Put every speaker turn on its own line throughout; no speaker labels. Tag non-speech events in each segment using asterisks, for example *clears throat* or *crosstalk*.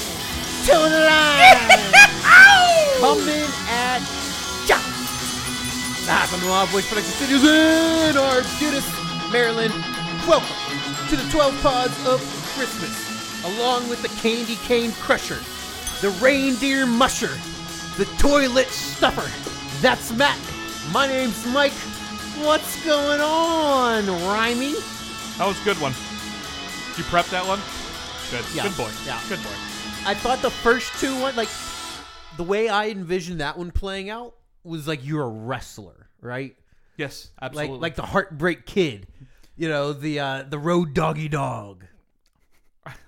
to the line. Coming at ya. Live from the Raw Voice Production Studios in Arbutus, Maryland. Welcome to the 12 Pods of Christmas, along with the Candy Cane Crusher, the Reindeer Musher, the Toilet Stuffer. That's Matt. My name's Mike. What's going on, Rhymey?
That was a good one. You prepped that one? Good.
Yeah.
Good boy.
Yeah.
Good boy.
I thought the first two one like the way I envisioned that one playing out was like you're a wrestler, right?
Yes,
Like
absolutely.
like the heartbreak kid. You know, the uh the road doggy dog.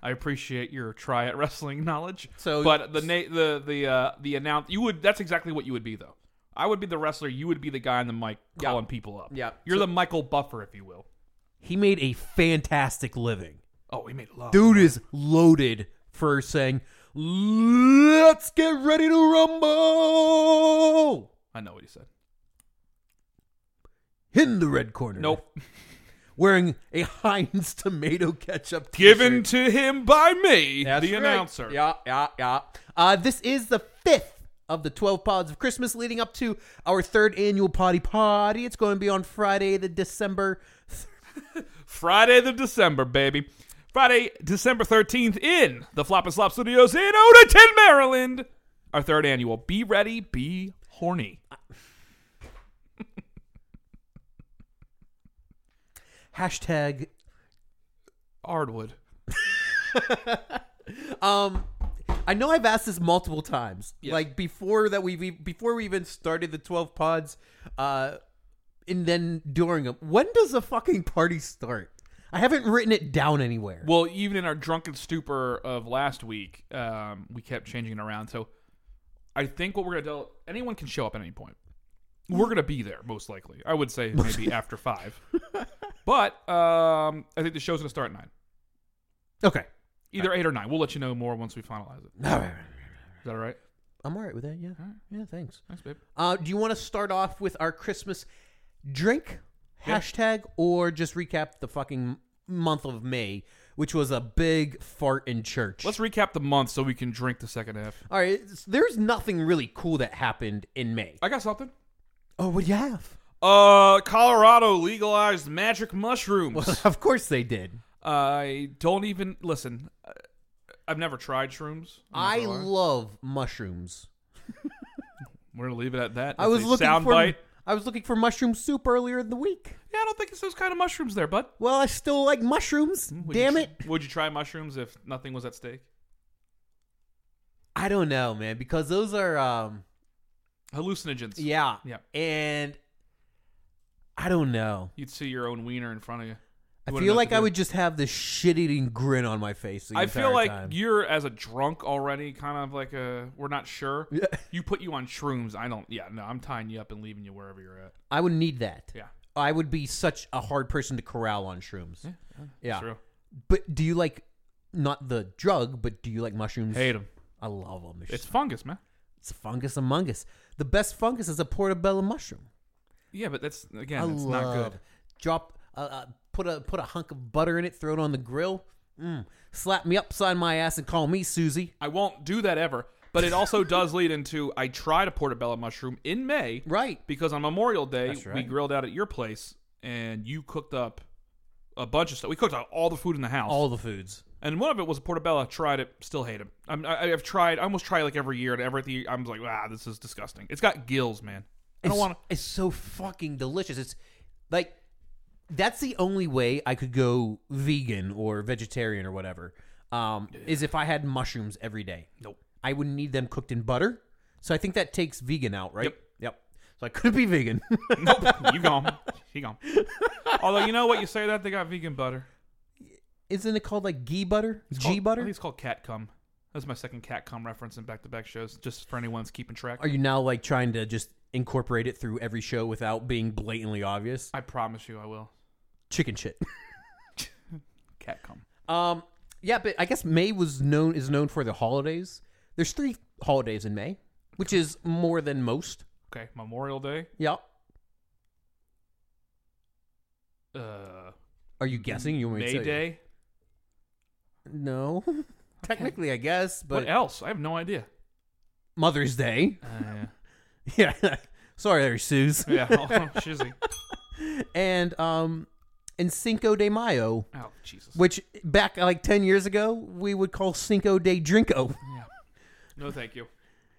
I appreciate your try at *laughs* wrestling knowledge.
So-
but the na- the the uh, the announce you would that's exactly what you would be though. I would be the wrestler. You would be the guy on the mic
Yeah.
calling people up.
Yeah.
you're the Michael Buffer, if you will.
He made a fantastic living.
Oh, we made love.
Dude is loaded for saying, "Let's get ready to rumble."
I know what he said.
In the red corner.
Nope.
Wearing a *laughs* Heinz tomato ketchup t-shirt.
Given to him by me, the
right.
announcer.
Yeah, yeah, yeah. Uh, this is the fifth of the 12 pods of Christmas leading up to our third annual potty potty. It's going to be on Friday, the December.
Friday the December, baby. Friday, December 13th in the Flop and Slop Studios in Odenton, Maryland. Our third annual Be Ready, Be Horny.
Hashtag.
Ardwood.
Um, I know I've asked this multiple times. Like before that we we- before we even started the 12 pods uh and then during them. When does a fucking party start? I haven't written it down anywhere.
Well, even in our drunken stupor of last week, um, we kept changing it around. So I think what we're going to do, anyone can show up at any point. We're going to be there, most likely. I would say maybe after five. But um, I think the show's going to start at nine.
okay.
Either eight or nine. We'll let you know more once we finalize it. Is
All right.
that all right?
I'm all right with that. Yeah. Yeah, thanks.
Thanks, babe.
Uh, do you want to start off with our Christmas drink hashtag or just recap the fucking month of May, which was a big fart in church?
Let's recap the month so we can drink the second half.
All right, it's- there's nothing really cool that happened in May.
I got something.
Oh, what do you *laughs* have?
Uh, Colorado legalized
*laughs*
magic mushrooms.
of course they did.
I don't even listen. uh, I've never tried shrooms. I'm not
I
gonna lie.
love mushrooms.
We're gonna leave it at that.
I was
That's a
looking
sound
for
bite.
I was looking for mushroom soup earlier in the week.
Yeah, I don't think it's those kind of mushrooms there, bud.
Well, I still like mushrooms.
Would you
Damn
tr-
it.
Would you try mushrooms if nothing was at stake?
I don't know, man, because those are um
Hallucinogens.
yeah.
Yeah.
And I don't know.
You'd see your own wiener in front of you.
I
You wouldn't know
feel
what
like
to
I
do.
would just have this shit-eating grin on my face. The
I
entire
feel like
time.
you're as a drunk already, kind of like a we're not sure.
*laughs* Yeah.
You put you on shrooms. I don't. Yeah, no, I'm tying you up and leaving you wherever you're at.
I would need that.
Yeah.
I would be such a hard person to corral on shrooms. Yeah,
True.
but do you like not the drug? But do you like mushrooms?
Hate them.
I love them. It's,
It's fungus, man.
it's fungus among us. The best fungus is a portobello mushroom.
Yeah, but that's again,
I
it's
love.
not good.
Drop, uh, uh, put a put a hunk of butter in it. Throw it on the grill. Mm. Slap me upside my ass and call me Susie.
I won't do that ever. But it also does *laughs* lead into I tried a portobello mushroom in May
Right.
because on Memorial Day
That's
we
right.
grilled out at your place and you cooked up a bunch of stuff. We cooked up all the food in the house,
All the foods.
and one of it was a portobello. I Tried it, still hate it. I'm, I, I've tried, I almost try like every year, and everything I'm like, ah, this is disgusting. It's got gills, man. I don't
It's-
want to.
It's so fucking delicious. It's like that's the only way I could go vegan or vegetarian or whatever. Um, Is if I had mushrooms every day.
Nope.
I would need them cooked in butter. So I think that takes vegan out, right?
Yep.
Yep. So I couldn't be vegan. *laughs*
Nope. you gone. He gone. Although you know what, you say that they got vegan butter.
Isn't it called like ghee butter?
called-
G
I think
butter?
it's called cat cum. That's my second cat cum reference in back to back shows, just for anyone that's keeping track.
Are you now like trying to just incorporate it through every show without being blatantly obvious?
I promise you, I will.
Chicken shit.
Cat cum.
Um, yeah, but I guess May was known is known for the holidays. There's three holidays in May, which is more than most.
Okay, Memorial Day.
Yeah.
Uh,
Are you guessing? You want me to
Uh, May
tell you?
Day.
No. *laughs* Technically, I guess, but
what else? I have no idea.
Mother's Day. *laughs*
yeah.
Yeah. Sorry there, Suze.
yeah. Oh, shizzy.
*laughs* And um and Cinco de Mayo,
Oh, Jesus.
which back like 10 years ago, we would call Cinco de Drinko.
Yeah. No, thank you.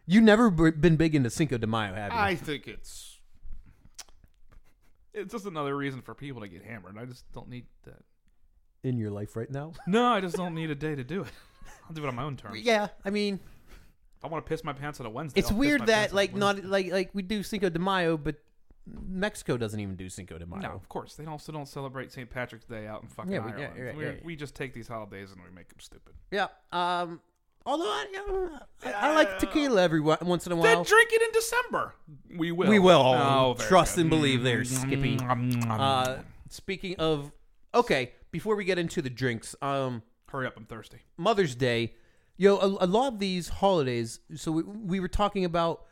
You've never b- been big into Cinco de Mayo, have you?
I think it's it's just another reason for people to get hammered. I just don't need that.
In your life right
*laughs*
now?
No, I just don't need a day to do it. *laughs* I'll do it on my own terms. If
Yeah, I mean,
I want to piss my pants on a Wednesday.
it's
I'll piss my
weird
pants
that
on a
like
Wednesday.
not like like we do Cinco de Mayo, but Mexico doesn't even do Cinco de Mayo.
No, of course they also don't celebrate St. Patrick's Day out in fucking
Yeah, we- yeah,
Ireland.
you're right,
we
yeah, yeah.
we just take these holidays and we make them stupid.
Yeah. Um. Although I, you know, I, I like tequila every wa- once in a while.
Then drink it in December. We will.
We will.
Oh, very
Trust
good.
and believe there, Skippy.
Mm.
Uh, speaking of, okay, before we get into the drinks, um,
Hurry up! I'm thirsty.
Mother's Day, yo, a, a lot of these holidays. So we, we were talking about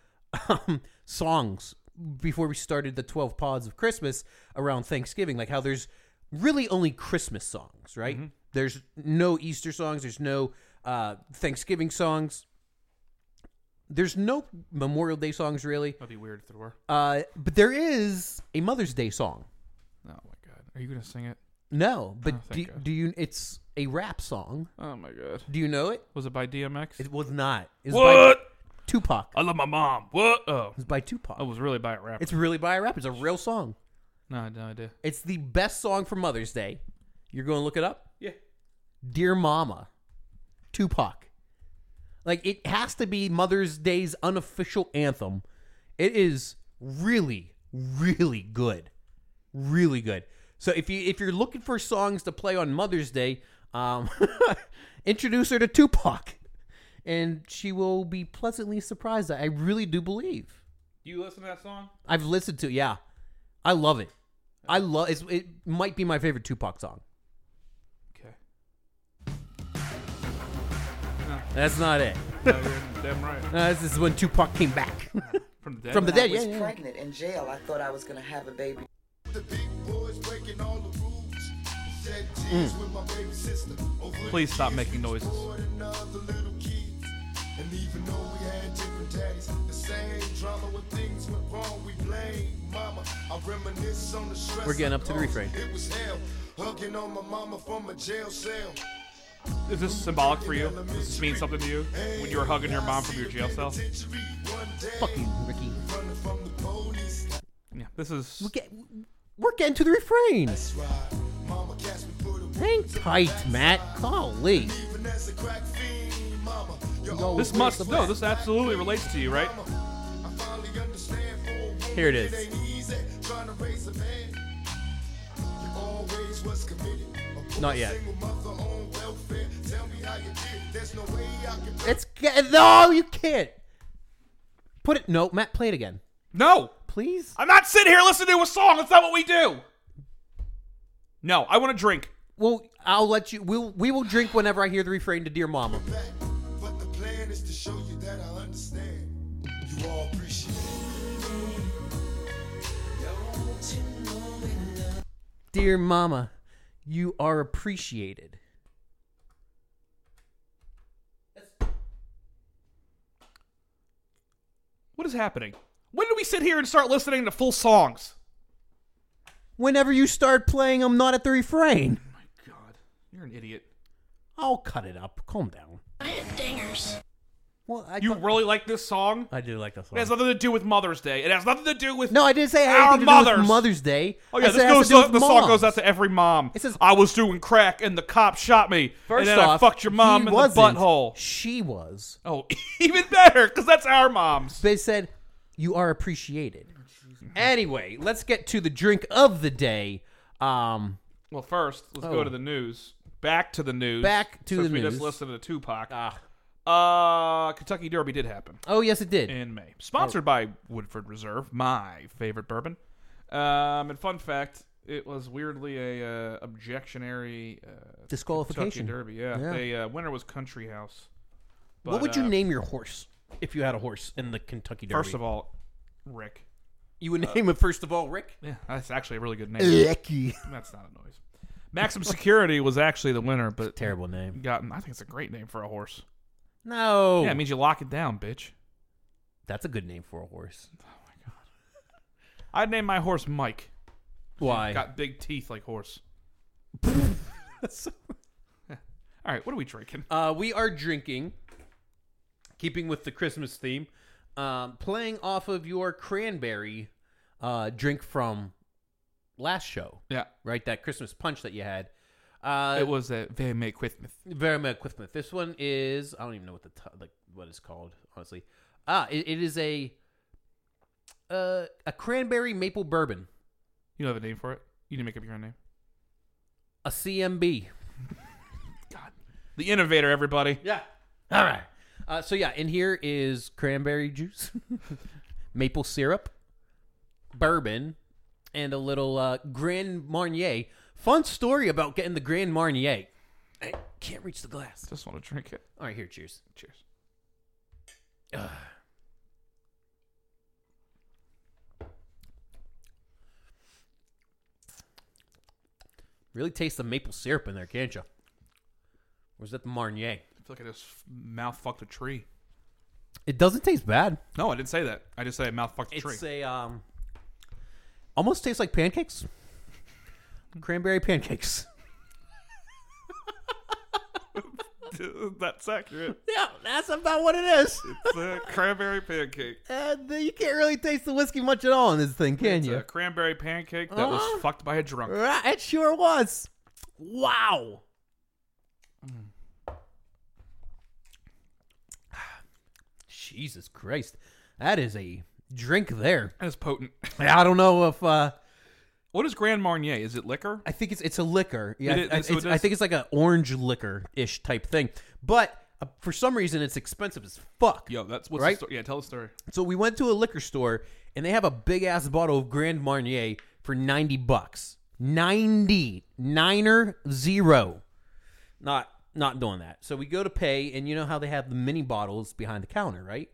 um, songs before we started the twelve pods of Christmas around Thanksgiving, like how there's really only Christmas songs,
Mm-hmm.
right? There's no Easter songs. There's no uh, Thanksgiving songs. There's no Memorial Day songs really,
That'd be weird if there were.
uh, but there is a Mother's Day song.
Oh my god, are you gonna sing it?
No, but do,
Oh, thank God.
do you? It's a rap song.
Oh my god,
Do you know it?
was it by DMX?
It was not. It was
what?
by Tupac. It
I love my mom. What? Oh,
was by Tupac.
I was really by a rapper.
It's really by a rapper. It's a real song.
no, I had no idea.
It's the best song for Mother's Day. You're going to look it up?
Yeah.
Dear Mama, Tupac. Like, it has to be Mother's Day's unofficial anthem. It is really, really good. Really good. So if you if you're looking for songs to play on Mother's Day, um, *laughs* introduce her to Tupac, and she will be pleasantly surprised. I really do believe.
You listen to that song?
I've listened to. it, Yeah, I love it. I love it's, it. Might be my favorite Tupac song.
Okay.
That's not it.
No, Oh, you're damn right.
No, this is when Tupac came back *laughs*
From the dead.
from the
I
dead. Yeah,
was
yeah.
pregnant in jail. I thought I was gonna have a baby.
The big boys breaking all the rules. Shed tears
Mm.
with my baby sister. Over
Please
the
stop
years,
making
we was
noises.
more than other little kids. And even though we had different days, the same drama when things went wrong, we blame mama. I reminisce on the stress.
We're getting up to the
I caused.
refrain.
It was hell, hugging on my mama from a jail cell.
Is this symbolic for you? Does this mean something to you? When you were hugging your mom from your jail cell?
Penitentiary one day,
Fuck you, Ricky.
running from the police.
Yeah. This is.
We get, we're getting to the refrain.
That's right. Mama cast me for the
Hang tight, Matt. Golly.
Even as a crack fiend, mama, you're
This
always
must.
the
No,
best
this absolutely relates to you, right?
mama. I finally understand for a woman,
Here it is.
ain't easy trying to raise a man. You always was committed. A poor
Not yet.
single mother on welfare. Tell me how you did. There's no way I can
It's get- no, you can't. Put it. No, Matt, play it again,
No!
please.
I'm not sitting here listening to a song. That's not what we do. No, I want to drink.
Well, I'll let you. We'll we will drink whenever I hear the refrain to "Dear Mama."
back. But the plan is to show you that I understand. You all appreciate it.
Dear Mama, you are appreciated.
What is happening? When do we sit here and start listening to full songs?
Whenever you start playing, I'm not at the refrain.
My God, you're an idiot.
I'll cut it up. Calm down.
Dingers.
Well, I
You
thought-
really like this song?
I do like that
It has
song.
nothing to do with Mother's Day. It has nothing to do with
No, I didn't say it had
Our
anything to do with
mothers.
Mother's Day.
Oh yeah,
I said
this
it has
goes.
to do with
the song goes
moms.
out to every mom.
It says-
I was doing crack and the cop shot me,
First
and then
off,
I fucked your mom
he
in the
wasn't.
butthole.
She was.
Oh, *laughs* even better, because that's our moms.
They said you are appreciated. Anyway, let's get to the drink of the day. Um,
Well, first, let's
Oh.
go to the news. Back to the news.
Back to
since
the
we
news.
just listened to Tupac.
ah.
Uh, Kentucky Derby did happen
oh yes, it did.
in May,
Oh.
sponsored by Woodford Reserve, my favorite bourbon. Um, and fun fact, it was weirdly a uh, objectionary uh, Kentucky
Disqualification.
Derby. Yeah,
Yeah.
the uh, winner was Country House.
what
But,
would you
uh,
name your horse if you had a horse in the Kentucky Derby?
First of all, uh, Rick.
you would name it first of all Rick.
Yeah, that's actually a really good name.
Ricky.
That's not a noise. Maxim Security was actually the winner, but
Terrible name.
gotten. I think it's a great name for a horse.
No.
Yeah, it means you lock it down, bitch.
That's a good name for a horse.
I'd name my horse Mike.
Why?
Got big teeth like *laughs* horse. All right, what are we drinking?
Uh, we are drinking, keeping with the Christmas theme, um, playing off of your cranberry uh, drink from last show,
Yeah,
right? That Christmas punch that you had. Uh,
it was a very Merry Christmas.
very much Christmas. This one is I don't even know what the t- like what it's called honestly. Ah, it, it is a uh, a cranberry maple bourbon,
You don't have a name for it. You didn't make up your own name.
a CMB.
The innovator, everybody.
Yeah. All right. Uh, so yeah, in here is cranberry juice, *laughs* maple syrup, bourbon, and a little uh, Grand Marnier. Fun story about getting the Grand Marnier. I can't reach the glass.
Just want to drink it.
All right, here, cheers.
Cheers.
Really taste the maple syrup in there, can't you? Or is that the Marnier?
I feel like I just f- mouth fucked a tree.
It doesn't taste bad.
No, I didn't say that. I just said I mouth fucked a tree.
It's a um, almost tastes like pancakes. Cranberry pancakes.
*laughs* That's accurate.
*laughs* Yeah, that's about what it is.
It's a cranberry pancake.
And Uh, you can't really taste the whiskey much at all in this thing, can
It's
you?
a cranberry pancake that was
Uh-huh.
fucked by a drunk.
Right, it sure was. Wow. *sighs* Jesus Christ. That is a drink there.
That is potent. *laughs*
I don't know if uh
What is Grand Marnier? Is it liquor?
I think it's it's a liquor. Yeah,
It is-
I, I-
so it
it's- I
is-
think it's like an orange liquor ish type thing. But uh, for some reason, it's expensive as fuck.
Yo, that's what's
Right?
the story. Yeah, tell the story.
So we went to a liquor store and they have a big ass bottle of Grand Marnier for 90 bucks. 90 niner zero. Not not doing that. So we go to pay and you know how they have the mini bottles behind the counter, right?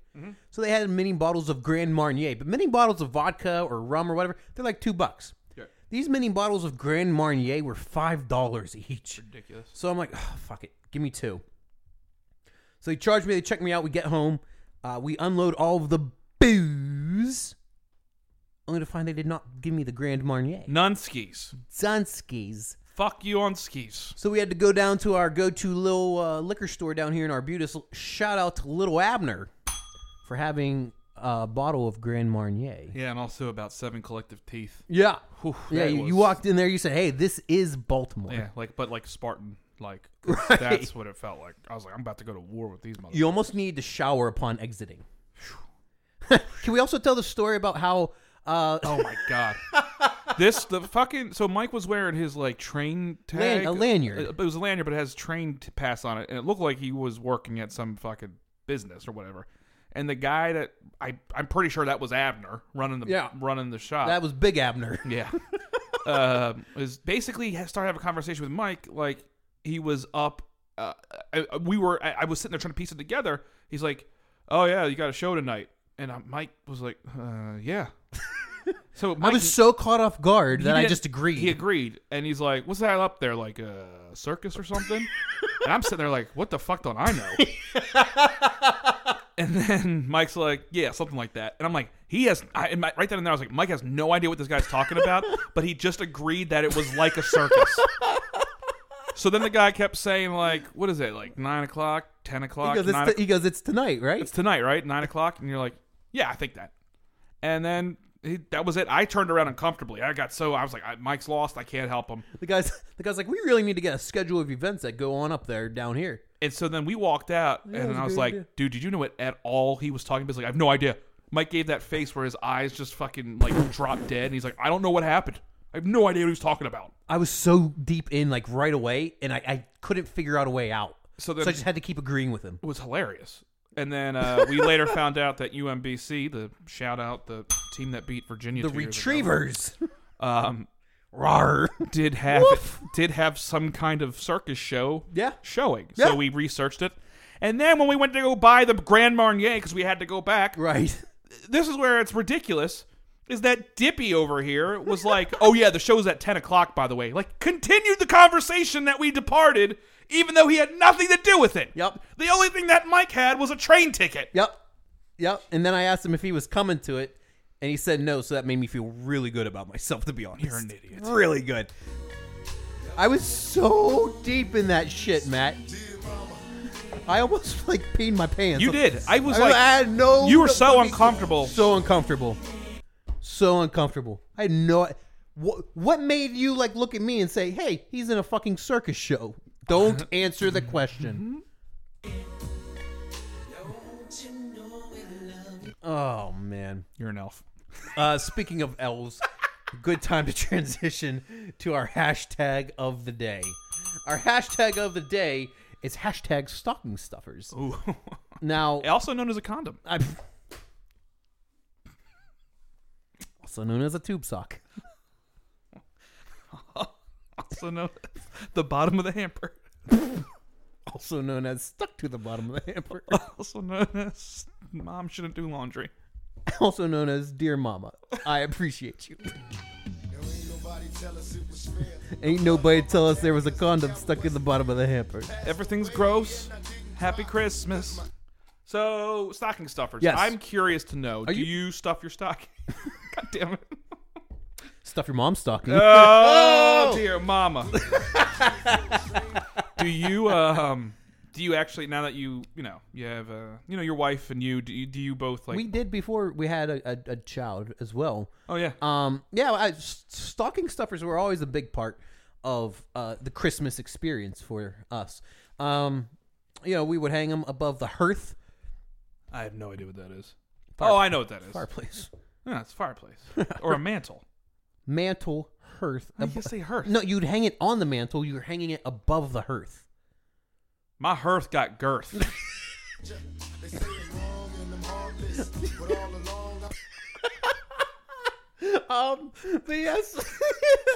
So they had mini bottles of Grand Marnier, but mini bottles of vodka or rum or whatever, they're like 2 bucks.
Yeah.
These mini bottles of Grand Marnier were $5 each.
Ridiculous.
So I'm like, oh, fuck it. Give me two. So they charge me. They check me out. We get home. Uh, we unload all of the booze. Only to find they did not give me the Grand Marnier.
None skis.
Dunskies.
Fuck you on skis.
So we had to go down to our go-to little uh, liquor store down here in Arbutus. Shout out to Little Abner for having a bottle of Grand Marnier.
Yeah, and also about seven collective teeth.
Yeah.
Whew,
Yeah,
that
you, you
was-
walked in there. You said, "Hey, this is Baltimore."
Yeah, like but like Spartan, *laughs* like 'cause that's what it felt like. I was like, I'm about to go to war with these motherfuckers.
You almost need to shower upon exiting. Can we also tell the story about how?
*laughs*
Uh,
Oh my god, this the fucking. So Mike was wearing his like train tag,
Lan- a lanyard.
Uh, But it was a lanyard, but it has train t- pass on it, and it looked like he was working at some fucking business or whatever. And the guy that I I'm pretty sure that was Abner running the
Yeah.
running the shop.
That was Big Abner.
Yeah. *laughs* um, is basically ha- started having a conversation with Mike. Like he was up. Uh, I, I- we were. I, I was sitting there trying to piece it together. He's like, "Oh yeah, you got a show tonight." And uh, Mike was like, uh,
*laughs*
"Yeah." so
I
Mike,
was so caught off guard
he
that I
didn't-
just agreed.
He agreed, and he's like, "What's that up there? Like a circus or something?" and I'm sitting there like, "What the fuck don't I know?"
*laughs*
and then Mike's like, "Yeah, something like that," and I'm like, "He has." I, and my- right then and there, I was like, "Mike has no idea what this guy's talking about," but he just agreed that it was like a circus. so then the guy kept saying like, "What is it? Like nine o'clock, ten o'clock,
he, goes,
nine
it's t- he goes, "It's tonight, right?"
it's tonight, right? Nine o'clock, and you're like, yeah, I think that. And then he, that was it. I turned around uncomfortably. I got so I was like, I, Mike's lost. I can't help him.
The guys, the guys, like, we really need to get a schedule of events that go on up there down here.
And so then we walked out,
that
and
was a
I was
good
like,
idea.
dude, did you know what at all he was talking about? He's like, I have no idea. Mike gave that face where his eyes just fucking like dropped dead, and he's like, I don't know what happened. I have no idea what he was talking about.
I was so deep in, like, right away, and I, I couldn't figure out a way out.
So then-
I just had to keep agreeing with him.
It was hilarious. And then uh, we later found out that UMBC, the shout out, the team that beat Virginia,
The
two years ago,
Retrievers,
um,
rar.
did have did have some kind of circus show
Yeah.
showing.
Yeah.
So we researched it. And then when we went to go buy the Grand Marnier because we had to go back,
*laughs* Right.
this is where it's ridiculous. is that Dippy over here was like, "Oh yeah, the show's at ten o'clock, by the way." Like, continued the conversation that we departed, even though he had nothing to do with it.
Yep.
The only thing that Mike had was a train ticket.
Yep. Yep. And then I asked him if he was coming to it, and he said no, so that made me feel really good about myself, to be honest.
You're an idiot.
Really good. I was so deep in that shit, Matt. I almost *laughs* like peed my pants.
You did. I was
I,
like,
I had no.
you were so uncomfortable.
so uncomfortable, so uncomfortable. I had no. What what made you like look at me and say, "Hey, he's in a fucking circus show"?
*laughs*
Don't answer the question. Oh man.
You're an elf.
Uh, speaking of elves, good time to *laughs* transition to our hashtag of the day. Our hashtag of the day is hashtag stocking stuffers.
Ooh.
Now,
also known as a condom.
I, also known as a tube sock.
Also known *laughs* as the bottom of the hamper.
Also known as stuck to the bottom of the hamper.
Also known as mom shouldn't do laundry.
also known as dear mama. I appreciate you.
There ain't nobody tell us it was fair.
Ain't nobody tell us there was a condom stuck in the bottom of the hamper.
Everything's gross. Happy Christmas. So stocking stuffers.
Yes.
I'm curious to know. do
you-
you... stuff your stocking? *laughs* God damn it.
Stuff your mom's stocking.
*laughs* Oh, dear mama. *laughs* do you um do you actually now that you you know you have uh you know your wife and you do you, do you both like
we did before we had a, a, a child as well.
oh yeah
Um, yeah, I, s- stocking stuffers were always a big part of uh, the Christmas experience for us. Um, you know, we would hang them above the hearth
I have no idea what that is.
Fire-
oh, I know what that is.
fireplace,
Yeah, it's a fireplace *laughs* or a mantle.
mantle, hearth.
I
ab-
guess say hearth.
no, you'd hang it on the mantle. You're hanging it above the hearth.
My hearth got *laughs* girth.
They say I'm wrong and I'm heartless, but all along I
Um, but yes.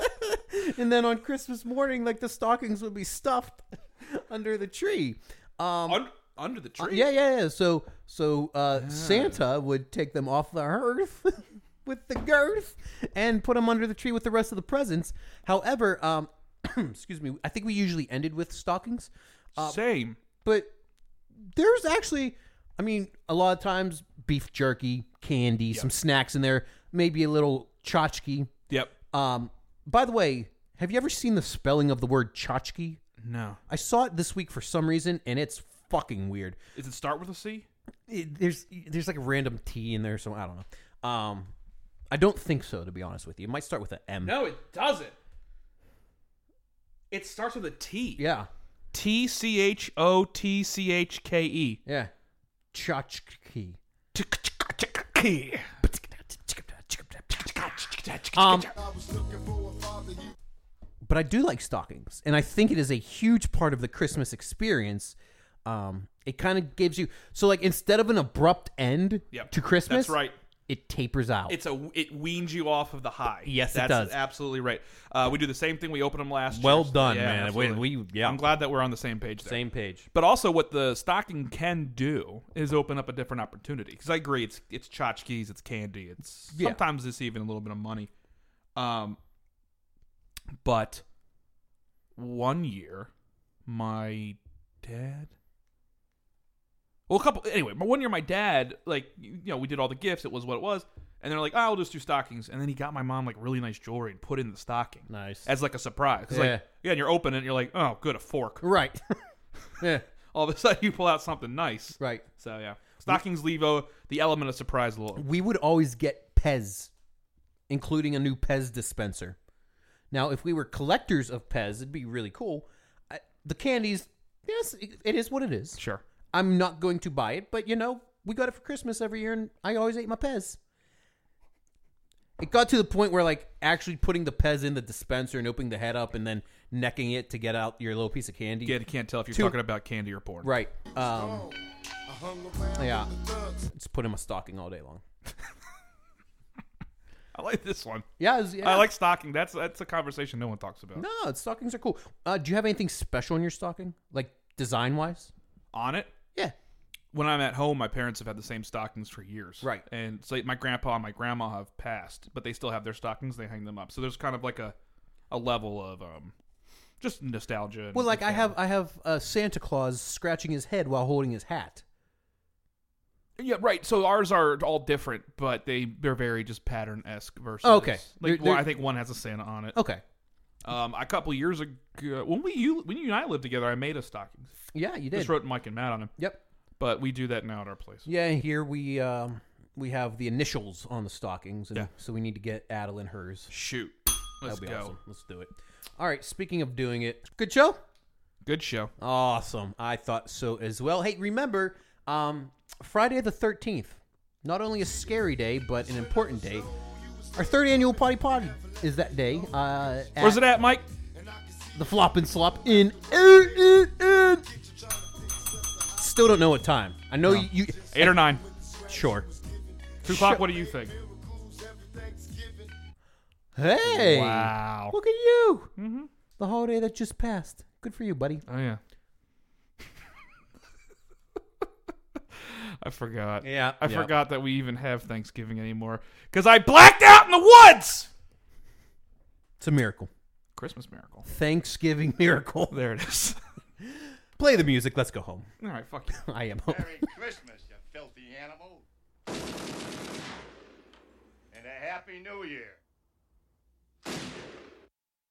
*laughs* and then on Christmas morning, like the stockings would be stuffed *laughs* under the tree. Um,
Un- under the tree.
Yeah, yeah, yeah. So, so uh, Santa would take them off the hearth *laughs* with the girth and put them under the tree with the rest of the presents. However, um, *clears throat* excuse me, I think we usually ended with stockings,
Same.
but there's actually, I mean, a lot of times beef jerky, candy, some snacks in there, maybe a little tchotchke.
Yep.
Um, by the way, have you ever seen the spelling of the word tchotchke?
No.
I saw it this week for some reason, and it's fucking weird.
Does it start with a C?
it, there's there's like a random T in there, so I don't know. Um, I don't think so, to be honest with you. It might start with an M.
No, it doesn't. It starts with a T.
Yeah,
T C H O T C H K E.
yeah. Tchotchke. Um,
was looking for a father. He
but I do like stockings, and I think it is a huge part of the Christmas experience. Um, it kind of gives you so like instead of an abrupt end
Yep.
to Christmas,
That's right.
It tapers out.
It's a it weans you off of the high.
Yes, it
that's
does.
Absolutely right. Uh, we do the same thing. We open them last.
Well
year.
done,
Yeah,
man. We-
absolutely.
we- yeah.
I'm glad that we're on the same page. There.
page.
But also, what the stocking can do is open up a different opportunity. Because I agree, it's it's tchotchkes, it's candy, it's
Yeah.
sometimes it's even a little bit of money. Um, but one year, my dad. Well, a couple. Anyway, but one year, my dad, like you know, we did all the gifts. It was what it was, and they're like, "I'll just do stockings." And then he got my mom like really nice jewelry and put it in the stocking
Nice.
as like a surprise. 'Cause,
Yeah.
Like, yeah, and you're opening it, and you're like, "Oh, good, a fork."
Right. *laughs* yeah.
all of a *laughs* sudden you pull out something nice.
Right.
So yeah, stockings leave uh, the element of surprise a little.
we would always get Pez, including a new Pez dispenser. Now, if we were collectors of Pez, it'd be really cool. I, the candies, yes, it, it is what it is.
Sure.
I'm not going to buy it, but you know, we got it for Christmas every year, and I always ate my Pez. It got to the point where, like, actually putting the Pez in the dispenser and opening the head up and then necking it to get out your little piece of candy.
Yeah, you can't tell if you're
Two-
talking about candy or porn.
Right. Um,
I hung around
yeah.
with the thugs.
Just put in my stocking all day long.
I like this one.
Yeah, it was- yeah.
I like stocking. That's that's a conversation no one talks about.
No, stockings are cool. Uh, do you have anything special in your stocking, like design wise?
On it,
Yeah.
when I'm at home, my parents have had the same stockings for years.
Right.
And so my grandpa and my grandma have passed, but they still have their stockings. They hang them up. So there's kind of like a, a level of um, just nostalgia. And
Well, like I
nostalgia.
have, I have uh, Santa Claus scratching his head while holding his hat.
Yeah, right. So ours are all different, but they they're very just pattern esque versus.
Okay. They're-
Like well,
they're-
I think one has a Santa on it.
Okay.
Um, a couple years ago, when we you when you and I lived together, I made a stocking.
Yeah, you did.
Just wrote Mike and Matt on him,
Yep.
but we do that now at our place.
Yeah, here we um, we have the initials on the stockings, and
Yeah.
so we need to get Adeline hers.
Shoot,
That'll
let's go.
be awesome. Let's do it. All right. Speaking of doing it, good show.
Good show.
Awesome. I thought so as well. Hey, remember, um, Friday the 13th, not only a scary day, but an important day. Our third annual Potty Potty is that day. Uh, at
Where's it at, Mike?
The Flop and Slop in. in- in- Still don't know what time. I know you, you.
Eight or nine?
Sure.
Two o'clock. What do you think?
Hey.
Wow.
Look at you. Mm-hmm. The holiday that just passed. Good for you, buddy.
Oh yeah. *laughs* I forgot.
Yeah,
I
yeah.
forgot that we even have Thanksgiving anymore because I blacked out in the woods.
It's a miracle.
Christmas miracle.
Thanksgiving *laughs* miracle.
There it is.
*laughs* Play the music. Let's go home.
All right, fuck you.
I am home. *laughs*
Merry Christmas, you filthy animal. And a Happy New Year.